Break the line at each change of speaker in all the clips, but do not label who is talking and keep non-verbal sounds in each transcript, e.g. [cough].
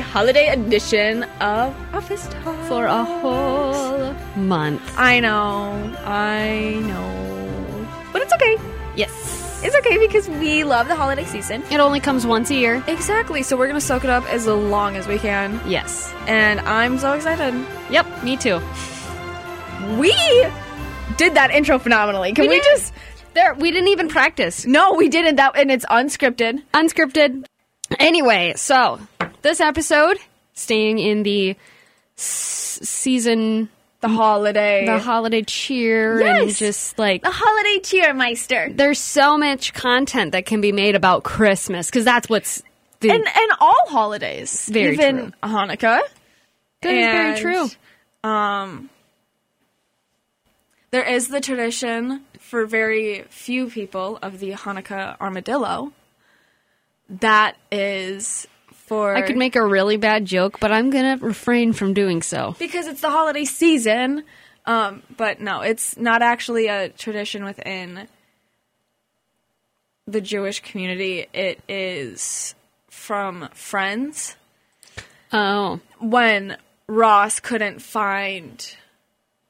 holiday edition of Office Talk
for a whole month.
I know, I know, but it's okay.
Yes.
It's okay because we love the holiday season.
It only comes once a year.
Exactly. So we're gonna soak it up as long as we can,
Yes.
and I'm so excited.
Yep, me too.
We did that intro phenomenally. Can
We
we,
did.
just?
There, we didn't even practice.
No, we didn't. That and it's unscripted.
Unscripted. Anyway, so this episode, staying in the s- season,
The holiday.
the holiday cheer, and
Yes.
just like
the holiday cheer, Meister.
there's so much content that can be made about Christmas because that's what's the,
and and all holidays,
Very
even
true.
Hanukkah.
that is
and-
very true.
Um, there is the tradition for very few people of the Hanukkah armadillo. That is for
I could make a really bad joke, but I'm gonna refrain from doing so.
because it's the holiday season. Um, but no, it's not actually a tradition within the Jewish community. It is from friends.
Oh,
when Ross couldn't find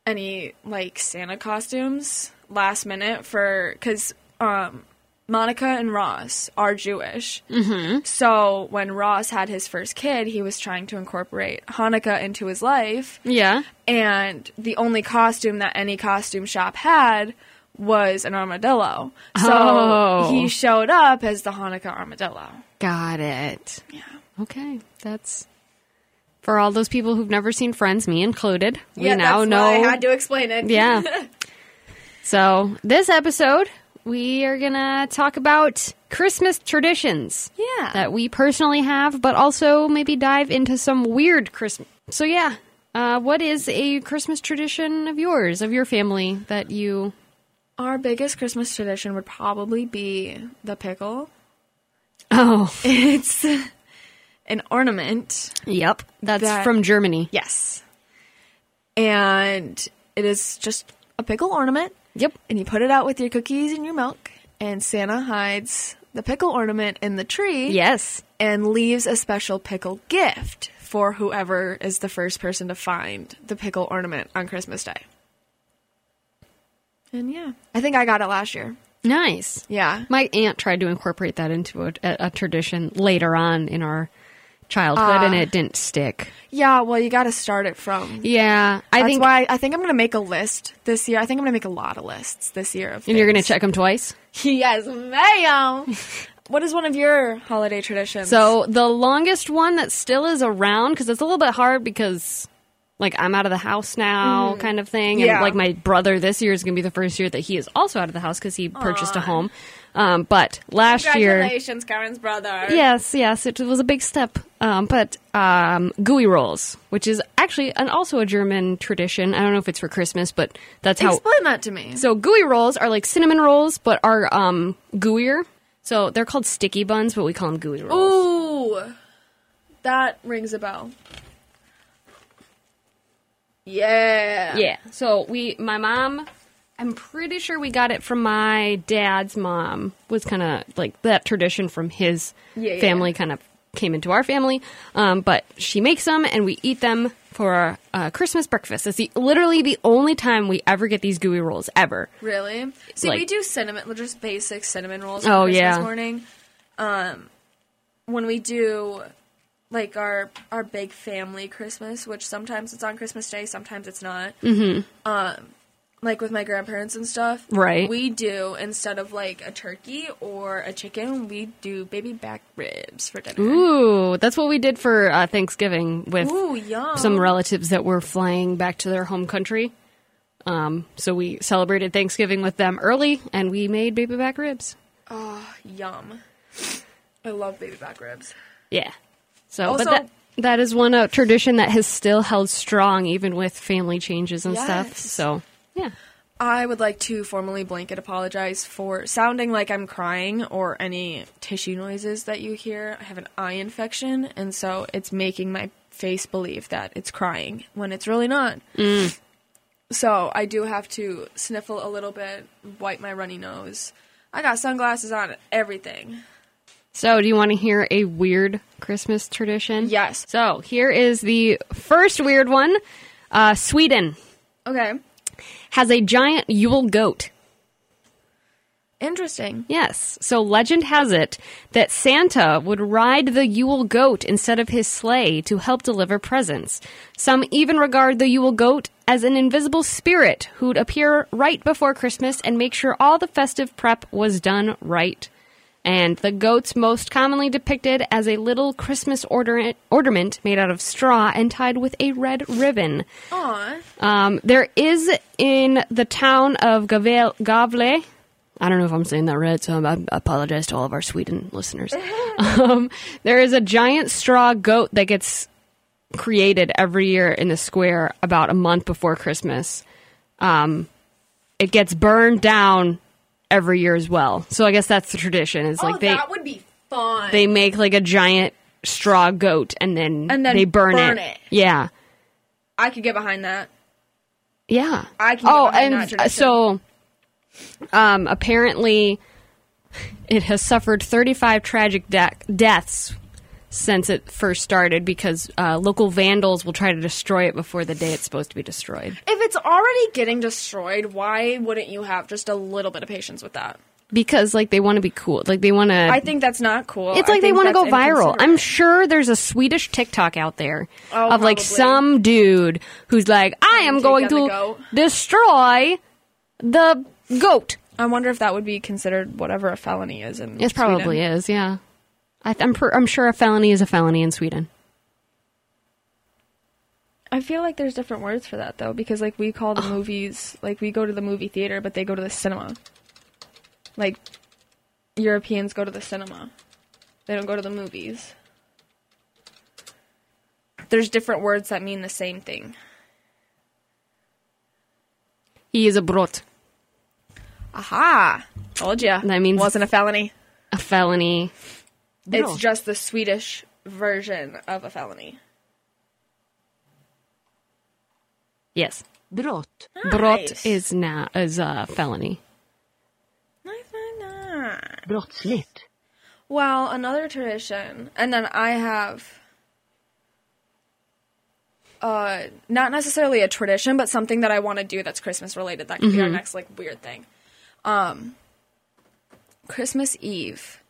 any like Santa costumes last minute for because um, Monica and Ross are Jewish. Mm-hmm. So when Ross had his first kid, he was trying to incorporate Hanukkah into his life,
yeah.
and the only costume that any costume shop had was an armadillo. So
Oh.
he showed up as the Hanukkah armadillo.
Got it.
Yeah.
Okay, that's for all those people who've never seen Friends, me included. we
yeah,
now
that's
know.
why I had to explain it. [laughs]
yeah. so this episode, we are gonna talk about Christmas traditions
yeah.
that we personally have, but also maybe dive into some weird Christmas. So yeah. Uh, what is a Christmas tradition of yours, of your family, that you?
Our biggest Christmas tradition would probably be the pickle. [laughs]
Oh,
It's an ornament.
yep, that's
That-
from Germany.
Yes. And it is just a pickle ornament,
Yep,
and you put it out with your cookies and your milk, and Santa hides the pickle ornament in the tree
yes,
and leaves a special pickle gift for whoever is the first person to find the pickle ornament on Christmas Day. And yeah, I think I got it last year.
nice.
Yeah.
My aunt tried to incorporate that into a, a, a tradition later on in our childhood, and
Ah.
it didn't stick.
Yeah, well, you got to start it from
Yeah, I
That's
think.
why I think I'm going to make a list this year. I think I'm going to make a lot of lists this year. Of
and you're going to
things.
check them twice.
yes, ma'am.
[laughs]
what is one of your holiday traditions?
So the longest one that still is around because it's a little bit hard because. Like I'm out of the house now, kind of thing, and
Mm-hmm. Yeah.
like my brother this year is going to be the first year that he is also out of the house because he purchased a home. Um, but last year,
Ah. congratulations, Karen's brother.
Yes, yes, it was a big step. Um, but um, gooey rolls, which is actually an, also a German tradition. I don't know if it's for Christmas, but that's how.
explain that to me.
so gooey rolls are like cinnamon rolls, but are um, gooier. So they're called sticky buns, but we call them gooey rolls.
Ooh, that rings a bell. Yeah.
Yeah. So we, my mom, I'm pretty sure we got it from my dad's mom. Was kind of like that tradition from his
Yeah, yeah.
family, kind of came into our family. Um, but she makes them and we eat them for uh, Christmas breakfast. It's the, literally the only time we ever get these gooey rolls ever.
Really? See, we
Like-
do cinnamon, just basic cinnamon rolls.
Oh,
Oh Christmas
yeah.
Morning. Um, when we do like our our big family Christmas, which sometimes it's on Christmas Day, sometimes it's not. Mm-hmm. Um, like with my grandparents and stuff.
Right.
We do instead of like a turkey or a chicken, we do baby back ribs for dinner.
Ooh, that's what we did for uh, Thanksgiving with
Ooh, yum.
some relatives that were flying back to their home country. Um, so we celebrated Thanksgiving with them early, and we made baby back ribs.
yum. I love baby back ribs.
Yeah. So,
Also-
but that, that is one uh, tradition that has still held strong, even with family changes and stuff.
Yes.
So, yeah.
I would like to formally blanket apologize for sounding like I'm crying or any tissue noises that you hear. I have an eye infection, and so it's making my face believe that it's crying when it's really not.
Mm.
So I do have to sniffle a little bit, wipe my runny nose. I got sunglasses on, everything.
So, do you want to hear a weird Christmas tradition?
Yes.
So, here is the first weird one. Uh, Sweden
Okay.
has a giant Yule goat.
Interesting.
Yes. So, legend has it that Santa would ride the Yule goat instead of his sleigh to help deliver presents. Some even regard the Yule goat as an invisible spirit who'd appear right before Christmas and make sure all the festive prep was done right. And the goat's most commonly depicted as a little Christmas order- ornament made out of straw and tied with a red ribbon.
Aw.
Um, there is in the town of Gavel- Gavle. I don't know if I'm saying that right, so I'm, I apologize to all of our Sweden
[laughs]
listeners. um, there is a giant straw goat that gets created every year in the square about a month before Christmas. Um, it gets burned down every year as well. So I guess that's the tradition. It's like
oh,
they
that would be fun.
they make like a giant straw goat and then
And then
they burn,
burn
it.
it.
Yeah.
I could get behind that.
Yeah.
I can get
Oh,
behind
and
that tradition.
so um apparently it has suffered 35 tragic de- deaths since it first started because uh, local vandals will try to destroy it before the day it's supposed to be destroyed.
If it's already getting destroyed, why wouldn't you have just a little bit of patience with that?
Because like they want to be cool. Like they want to
I think that's not cool.
It's
I
like they
think
want to go
that's
viral. I'm
inconsiderate.
sure there's a Swedish TikTok out there
Oh,
of like
probably.
some dude who's like, "I am
take
going
down the
to
goat."
destroy the goat."
I wonder if that would be considered whatever a felony is. In
It probably
Sweden.
is, yeah. I th- I'm, per- I'm sure a felony is a felony in Sweden.
I feel like there's different words for that though, because like we call the movies like we go to the movie theater, but they go to the cinema. Like Europeans go to the cinema. They don't go to the movies. There's different words that mean the same thing.
He is a brot,
Aha! Told ya.
That means-
wasn't a felony.
a felony.
It's just the Swedish version of a felony.
yes.
brott,
Brot
Nice.
is na- is a felony.
Nice, nice, nice.
brottsligt,
Well, another tradition, and then I have uh not necessarily a tradition, but something that I want to do that's Christmas related. That could be our next like weird thing. Um Christmas Eve,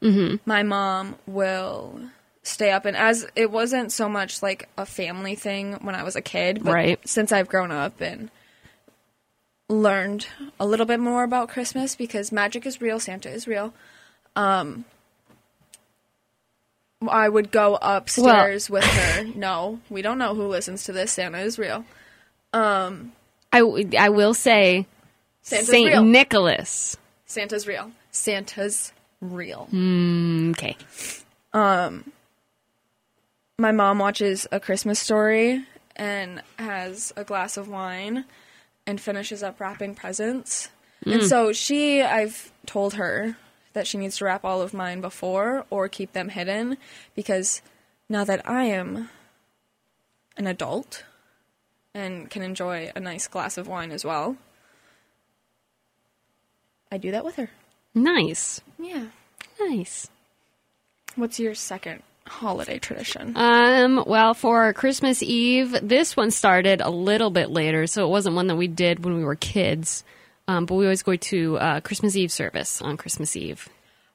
my mom will stay up and as it wasn't so much like a family thing when I was a kid, but
Right.
since I've grown up and learned a little bit more about Christmas because magic is real, Santa is real. Um, I would go upstairs with her. [laughs] No, we don't know who listens to this. Santa is real.
I, w- I will say
Santa's
Saint
real.
Nicholas.
Santa's real. Santa's real.
Okay.
My mom watches A Christmas Story and has a glass of wine and finishes up wrapping presents. And so she, I've told her that she needs to wrap all of mine before or keep them hidden because now that I am an adult and can enjoy a nice glass of wine as well, I do that with her.
Nice.
Yeah.
Nice.
What's your second holiday tradition?
Um, well, for Christmas Eve, this one started a little bit later, so it wasn't one that we did when we were kids. Um, but we always go to uh, Christmas Eve service on Christmas Eve.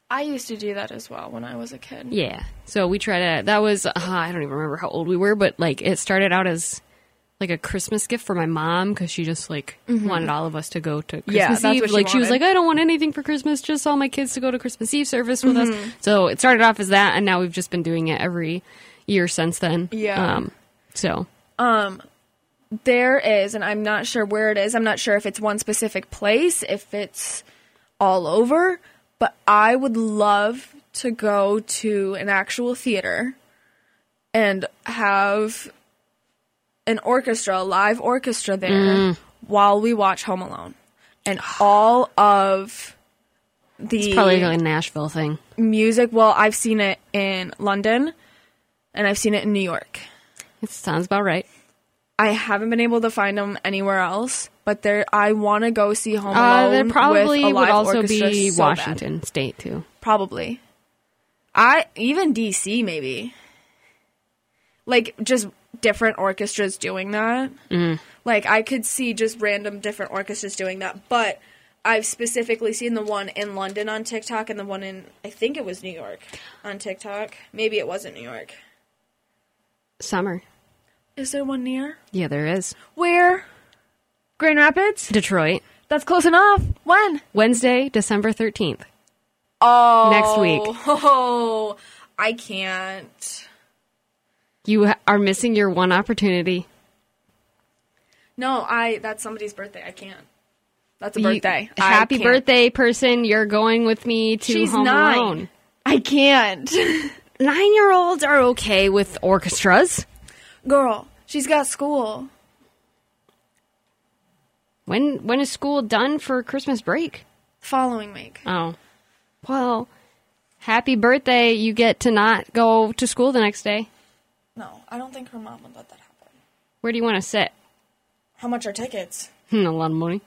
I used to do that as well when I was a kid.
Yeah. So we try to. That was uh, I don't even remember how old we were, but like it started out as like a Christmas gift for my mom because she just like wanted all of us to go to Christmas
Mm-hmm. Yeah, that's
Eve.
what she
like she was
wanted.
like, I don't want anything for Christmas, just all my kids to go to Christmas Eve service with
Mm-hmm.
us. So it started off as that, and now we've just been doing it every year since then.
Yeah.
Um, so
There is, and I'm not sure where it is. I'm not sure if it's one specific place, if it's all over, but I would love to go to an actual theater and have an orchestra, a live orchestra there while we watch Home Alone. And all of the
probably like a Nashville thing.
music, well, I've seen it in London and I've seen it in New York.
It sounds about right.
I haven't been able to find them anywhere else, but there I want to go see Home
Uh,
Alone.
there probably
with a
would
live
also
orchestra
be
so bad.
Washington State too.
Probably. I even DC maybe. Like just different orchestras doing that.
Mm.
Like I could see just random different orchestras doing that, but I've specifically seen the one in London on TikTok and the one in I think it was New York on TikTok. Maybe it wasn't New York.
Summer.
Is there one near?
Yeah, there is.
Where?
Grand Rapids?
Detroit.
That's close enough. When?
Wednesday, December 13th.
Oh.
Next week.
Oh, I can't.
You ha- are missing your one opportunity.
No, I that's somebody's birthday. I can't. That's a
You-
birthday. I
happy
can't.
birthday, person. You're going with me to
She's
Home
nine.
Alone.
I can't.
Nine year olds are okay with orchestras.
[laughs] Girl, she's got school.
When when is school done for Christmas break?
Following week.
Oh. Well, happy birthday. You get to not go to school the next day.
No, I don't think her mom would let that happen.
Where do you want to sit? [laughs]
How much are tickets? [laughs]
Hmm, A lot of money.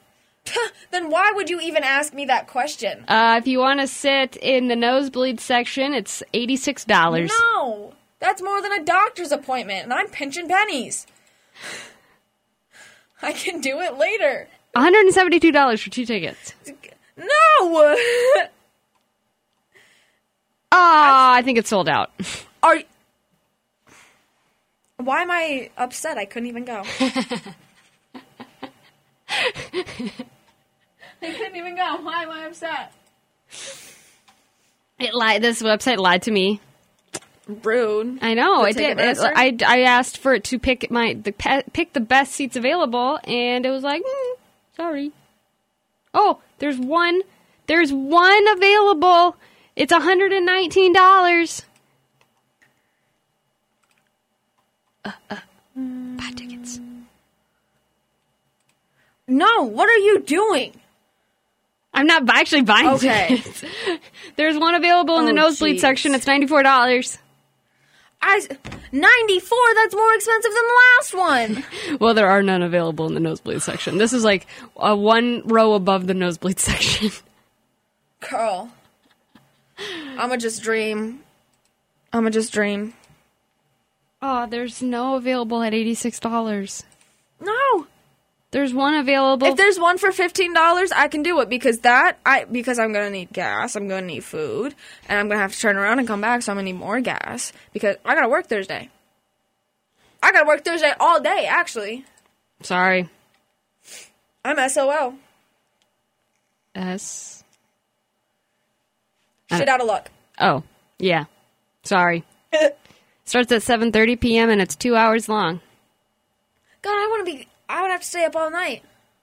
Then why would you even ask me that question?
Uh, if you want to sit in the nosebleed section, it's eighty-six dollars.
No, that's more than a doctor's appointment, and I'm pinching pennies. [sighs] I can do it later. [laughs]
One hundred and seventy-two dollars for two tickets.
No, [laughs]
Ah, I think it's sold out.
are. Why am I upset? I couldn't [laughs] even go. I couldn't even go. Why am I upset?
It lied. This website lied to me.
Rude.
I know
The
it did. It,
Ticketmaster?
I, I asked for it to pick my the pe- pick the best seats available, and it was like, mm, sorry. Oh, there's one. There's one available. It's one hundred and nineteen dollars. Uh, uh, buy tickets.
No, what are you doing?
I'm not bu- actually buying
Okay.
tickets. [laughs] There's one available in the
Oh,
nosebleed
jeez.
section. It's ninety four dollars.
I 94 that's more expensive than the last one.
Well, there are none available in the nosebleed section. This is like uh, one row above the nosebleed [laughs] section.
[laughs] Girl. I'm gonna just dream. I'm gonna just dream.
Oh, there's no available at $86.
No.
There's one available.
If there's one for $15, I can do it because that I because I'm going to need gas, I'm going to need food, and I'm going to have to turn around and come back so I'm going to need more gas because I got to work Thursday. I got to work Thursday all day actually.
Sorry.
I'm SOL.
S. Uh.
Shit out of luck.
Oh, yeah. Sorry.
[laughs]
Starts at 7:30 p.m. and it's 2 hours long.
God, I want to be I would have to stay up all night.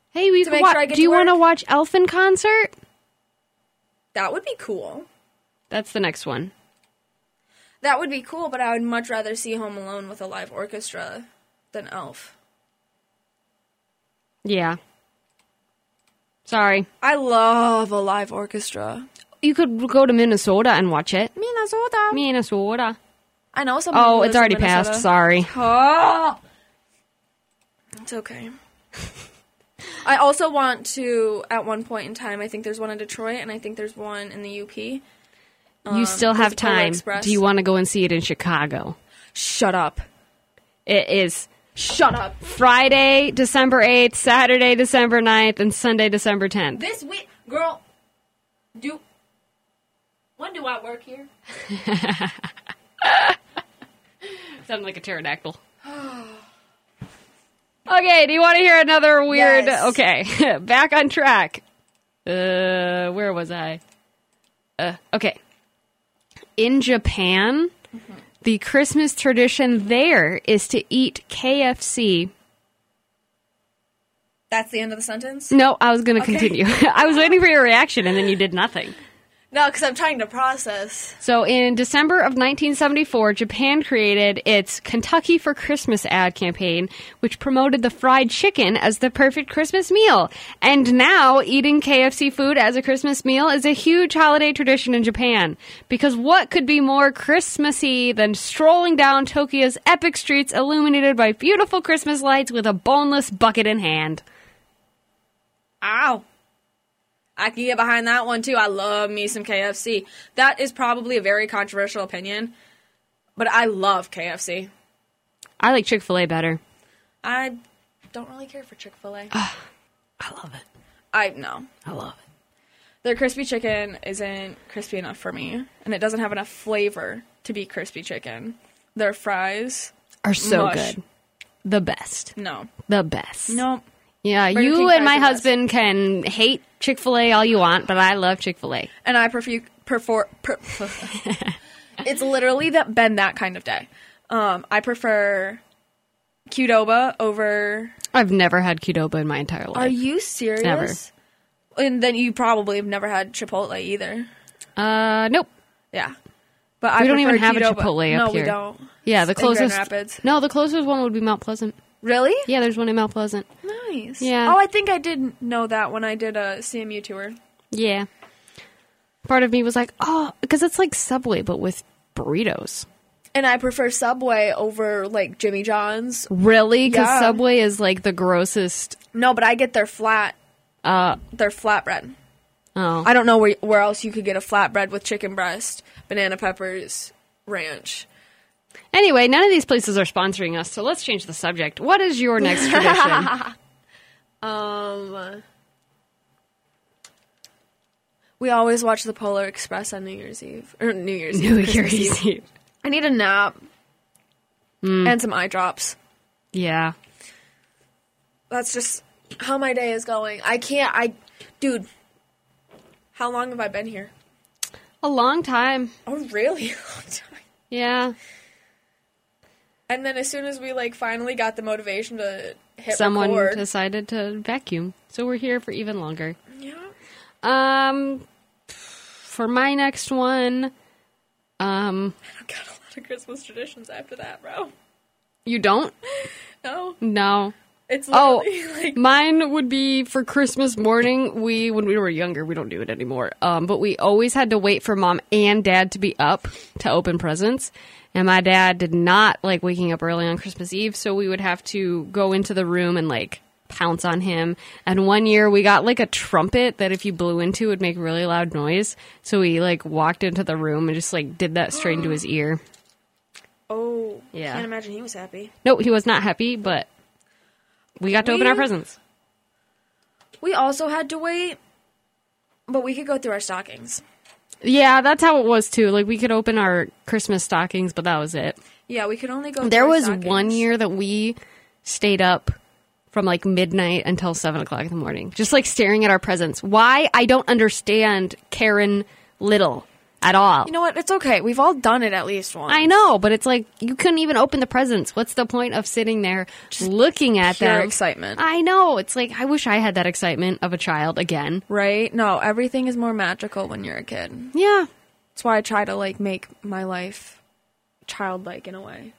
Hey, we can
make
wa-
sure I get
Do you
to work?
want to watch Elfin concert?
That would be cool.
That's the next one.
That would be cool, but I would much rather see Home Alone with a live orchestra than Elf.
Yeah. Sorry.
I love a live orchestra.
You could go to Minnesota and watch it.
Minnesota.
Minnesota.
I know somebody.
Oh,
who
it's
lives in
already passed.
Minnesota.
Sorry.
Oh, it's okay. I also want to, at one point in time, I think there's one in Detroit and I think there's one in the UP.
you still have
there's Polar
time.
Um, Express.
Do you want to go and see it in Chicago?
Shut up.
It is
Shut up.
Friday, December 8th, Saturday, December 9th, and Sunday, December 10th.
This week, girl, do. When do I work here?
Sounded like a pterodactyl. [gasps] okay, do you want to hear another weird.
Yes.
Okay, [laughs] back on track. Uh, where was I? Uh, okay. In Japan, the Christmas tradition there is to eat KFC.
That's the end of the sentence?
No, I was going to continue. [laughs] I was waiting for your reaction, and then you did nothing.
No, because I'm trying to process.
So in December of 1974, Japan created its Kentucky for Christmas ad campaign, which promoted the fried chicken as the perfect Christmas meal. And now eating KFC food as a Christmas meal is a huge holiday tradition in Japan. Because what could be more Christmassy than strolling down Tokyo's epic streets illuminated by beautiful Christmas lights with a boneless bucket in hand?
Ow. I can get behind that one too. I love me some KFC. That is probably a very controversial opinion, but I love KFC.
I like Chick fil A better.
I don't really care for Chick fil A.
I love it.
I know.
I love it.
Their crispy chicken isn't crispy enough for me, and it doesn't have enough flavor to be crispy chicken. Their fries,
Are so
Mush.
good. The best.
no.
The best.
Nope.
Yeah,
Burger
you
King
and
fries
my
are the best.
husband can hate Chick fil A all you want, but I love Chick fil A.
and I perfu- perfor- per- [laughs] it's literally that been that kind of day. Um, I prefer Qdoba over.
I've never had Qdoba in my entire life.
Are you serious? And then you probably have never had Chipotle either.
Uh, nope.
Yeah, but I
We don't even
prefer
have a
Qdoba.
Chipotle
no,
up
we
here.
don't.
Yeah, the
In Grand
closest.
Rapids.
No, the closest one would be Mount Pleasant.
Really?
Yeah, there's one in Mount Pleasant.
Nice.
Yeah.
Oh, I think I did know that when I did a CMU tour.
Yeah. Part of me was like, oh, because it's like Subway, but with burritos.
And I prefer Subway over like Jimmy John's.
Really? Because
Yeah.
Subway is like the grossest.
No, but I get their flat,
Uh,
their flatbread.
oh.
I don't know where where else you could get a flatbread with chicken breast, banana peppers, ranch.
Anyway, none of these places are sponsoring us, so let's change the subject. What is your next
[laughs]
tradition?
Um, we always watch the Polar Express on New Year's Eve or New Year's
[laughs]
Eve.
New
Christmas
Year's Eve. Hmm.
I need a nap and some eye drops.
Yeah.
That's just how my day is going. I can't. I, dude. How long have I been here?
A long time.
Oh, really [laughs] long time.
Yeah.
And then as soon as we like finally got the motivation to hit
Someone
record,
decided to vacuum, so we're here for even longer.
yeah.
Um, for my next one, um,
Got a lot of Christmas traditions after that, bro.
you don't?
No,
No.
it's
Oh,
literally [laughs]
[laughs]
like
mine would be for Christmas morning. We, when we were younger, we don't do it anymore. Um, but we always had to wait for mom and dad to be up to open presents. And my dad did not like waking up early on Christmas Eve, so we would have to go into the room and like pounce on him. And one year we got like a trumpet that if you blew into would make really loud noise. So we like walked into the room and just like did that straight into his ear.
oh,
Yeah.
Can't imagine he was happy.
No, he was not happy, but we got to open our
We-
presents.
We also had to wait, but we could go through our stockings.
Yeah, that's how it was too. Like we could open our Christmas stockings, but that was it.
Yeah, we could only go.
There
through our
was
stockings.
one year that we stayed up from like midnight until seven o'clock in the morning, just like staring at our presents. Why I don't understand Karen Little at all.
You know what? It's okay. We've all done it at least once.
I know, but it's like you couldn't even open the presents. What's the point of sitting there looking at
pure
them?
excitement.
I know. It's like I wish I had that excitement of a child again.
Right? No, everything is more magical when you're a kid.
Yeah,
That's why I try to like make my life childlike in a way.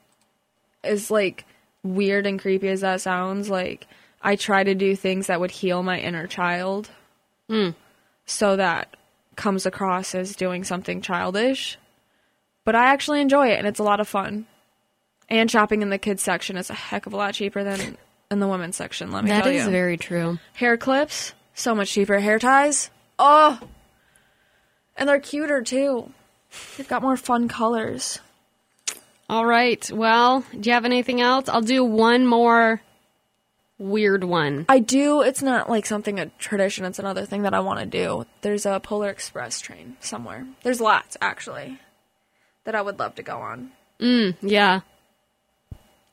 As like weird and creepy as that sounds, like I try to do things that would heal my inner child.
Hmm.
So that comes across as doing something childish. But I actually enjoy it and it's a lot of fun. And shopping in the kids section is a heck of a lot cheaper than in the women's section, let me
that
tell
is
you.
very true.
Hair clips, so much cheaper. Hair ties, oh, and they're cuter too. They've got more fun colors.
All right. Well, do you have anything else? I'll do one more weird one.
I do. It's not like something a tradition. It's another thing that I want to do. There's a Polar Express train somewhere. There's lots actually that I would love to go on.
Yeah,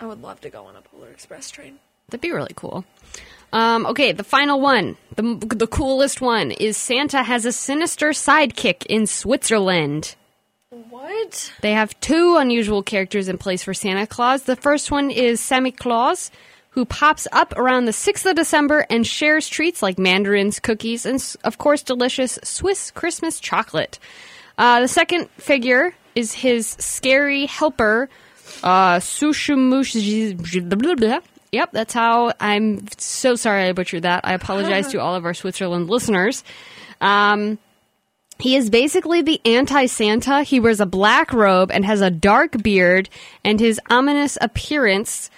I would love to go on a Polar Express train.
that'd be really cool. Um, okay, the final one, the the coolest one is Santa has a sinister sidekick in Switzerland.
What?
They have two unusual characters in place for Santa Claus. The first one is Sammy Claus, who pops up around the 6th of December and shares treats like mandarins, cookies, and, s- of course, delicious Swiss Christmas chocolate. Uh, the second figure is his scary helper, uh, Sushimush. Yep, that's how. I'm so sorry I butchered that. I apologize to all of our Switzerland listeners. Um, he is basically the anti Santa. He wears a black robe and has a dark beard, and his ominous appearance.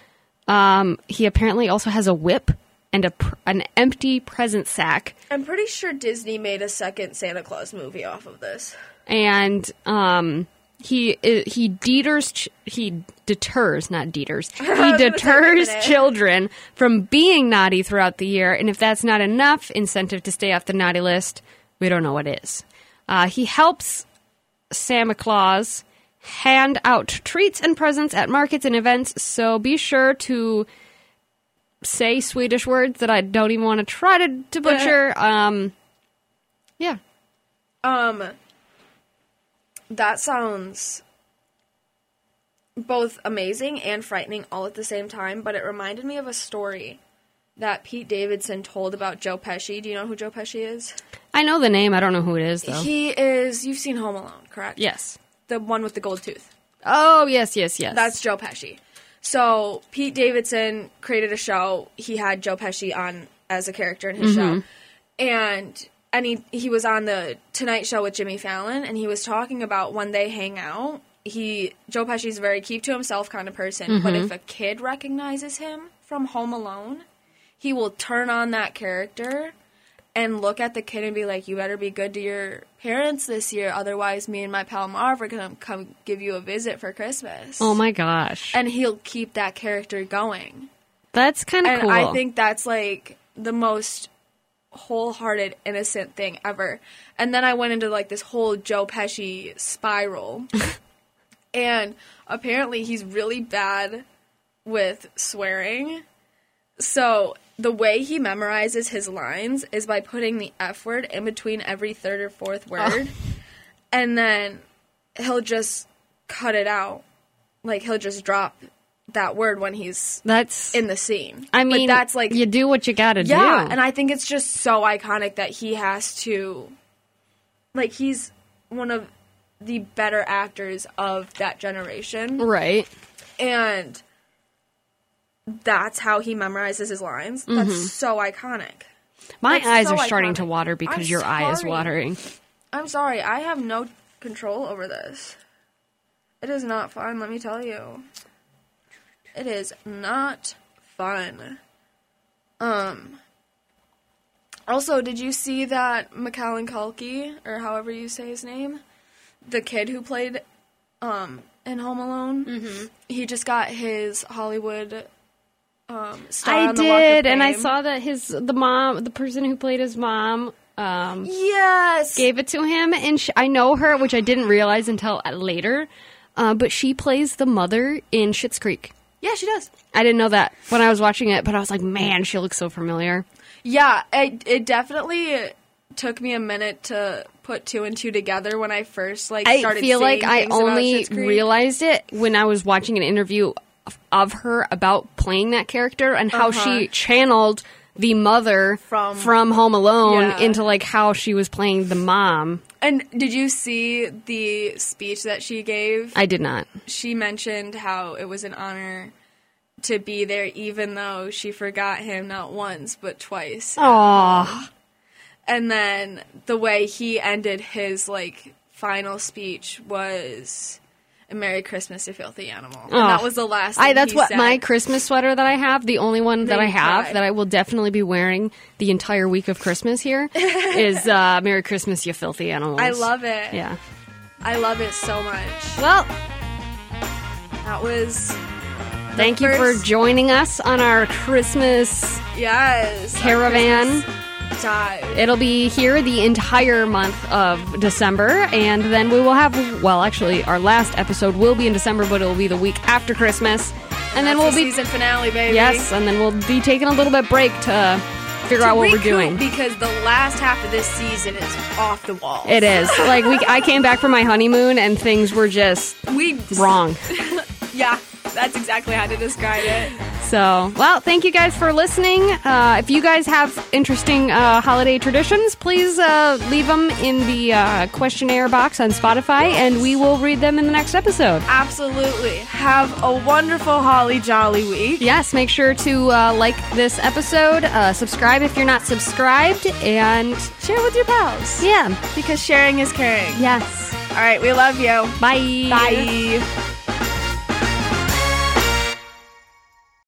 Um, he apparently also has a whip and a pr- an empty present sack.
I'm pretty sure Disney made a second Santa Claus movie off of this.
and um he he deters ch- he deters not deters he deters
minute.
children from being naughty throughout the year and if that's not enough incentive to stay off the naughty list we don't know what is uh, he helps santa claus hand out treats and presents at markets and events so be sure to say swedish words that i don't even want to try to, to butcher um yeah
Um, that sounds both amazing and frightening all at the same time, but it reminded me of a story that Pete Davidson told about Joe Pesci. Do you know who Joe Pesci is?
i know the name i don't know who it is though
He is, you've seen Home Alone, correct?
Yes.
The one with the gold tooth.
Oh, yes, yes, yes.
That's Joe Pesci. So Pete Davidson created a show. He had Joe Pesci on as a character in his
Mm-hmm.
show, and and he he was on the Tonight Show with Jimmy Fallon, and he was talking about when they hang out. He Joe Pesci's a very keep to himself kind of person, but
Mm-hmm.
if a kid recognizes him from Home Alone, he will turn on that character and look at the kid and be like, "You better be good to your parents this year, otherwise, me and my pal Marv are gonna come give you a visit for Christmas."
oh my gosh.
and he'll keep that character going.
that's kind of
And
cool.
I think that's like the most wholehearted innocent thing ever. And then I went into like this whole Joe Pesci spiral. and apparently he's really bad with swearing. So the way he memorizes his lines is by putting the F word in between every third or fourth word. And then he'll just cut it out. Like he'll just drop that word when he's
that's
in the scene.
I mean,
but that's like
you do what you got to
yeah,
do.
and I think it's just so iconic that he has to, like, he's one of the better actors of that generation,
right.
and that's how he memorizes his lines.
Mm-hmm.
That's so iconic.
My
That's
eyes
so
are starting to
iconic.
water because
I'm
your eye is
sorry.
watering.
I'm sorry, I have no control over this. It is not fun, let me tell you. It is not fun. Um. Also, did you see that McAllen Culkey, or however you say his name, the kid who played um in Home Alone? Mm-hmm. He just got his Hollywood um star
I
on the Walk of
did, and I
Fame.
saw that his the mom, the person who played his mom, um,
Yes.
gave it to him, and sh I know her, which I didn't realize until later. Uh, but she plays the mother in Schitt's Creek.
yeah, she does.
I didn't know that when I was watching it, but I was like, man, she looks so familiar.
Yeah, it, it definitely took me a minute to put two and two together when I first like
I
started.
feel like
seeing
I
things about
only
Schitt's Creek.
realized it when I was watching an interview of- of her about playing that character and how she channeled the mother
Uh-huh. From-
Home Alone
Yeah.
into like how she was playing the mom.
And did you see the speech that she gave?
I did not.
She mentioned how it was an honor to be there, even though she forgot him not once but twice.
Aw,
And then the way he ended his like final speech was. "And Merry Christmas, you filthy animal. And that
Aw.
was the last.
I
thing
that's
he
what
said.
my Christmas sweater that I have, the only one that I
you
have
tried.
that I will definitely be wearing the entire week of Christmas
[laughs]
here is uh, "Merry Christmas, you filthy animals."
I love it.
Yeah.
I love it so much.
Well,
That was
thank you for
first-
joining us on our Christmas
yes. our
caravan.
Christmas dive.
It'll be here the entire month of December, and then we will have, well, actually, our last episode will be in December, but it'll be the week after Christmas. And then
That's
we'll
the
be,
season finale, baby.
yes, and then we'll be taking a little bit break to figure out what we're
Recoup,
doing.
because the last half of this season is off the wall.
It
[laughs]
is. Like, we, I came back from my honeymoon, and things were just
we [laughs]
wrong.
Yeah, that's exactly how to describe it.
So, well, thank you guys for listening. Uh, if you guys have interesting uh, holiday traditions, please uh, leave them in the uh, questionnaire box on Spotify, and we will read them in the next episode.
Absolutely. Have a wonderful holly jolly week.
Yes, make sure to uh, like this episode, uh, subscribe if you're not subscribed, and
Share with your pals
yeah,
because sharing is caring.
yes.
All right, we love you.
Bye.
Bye.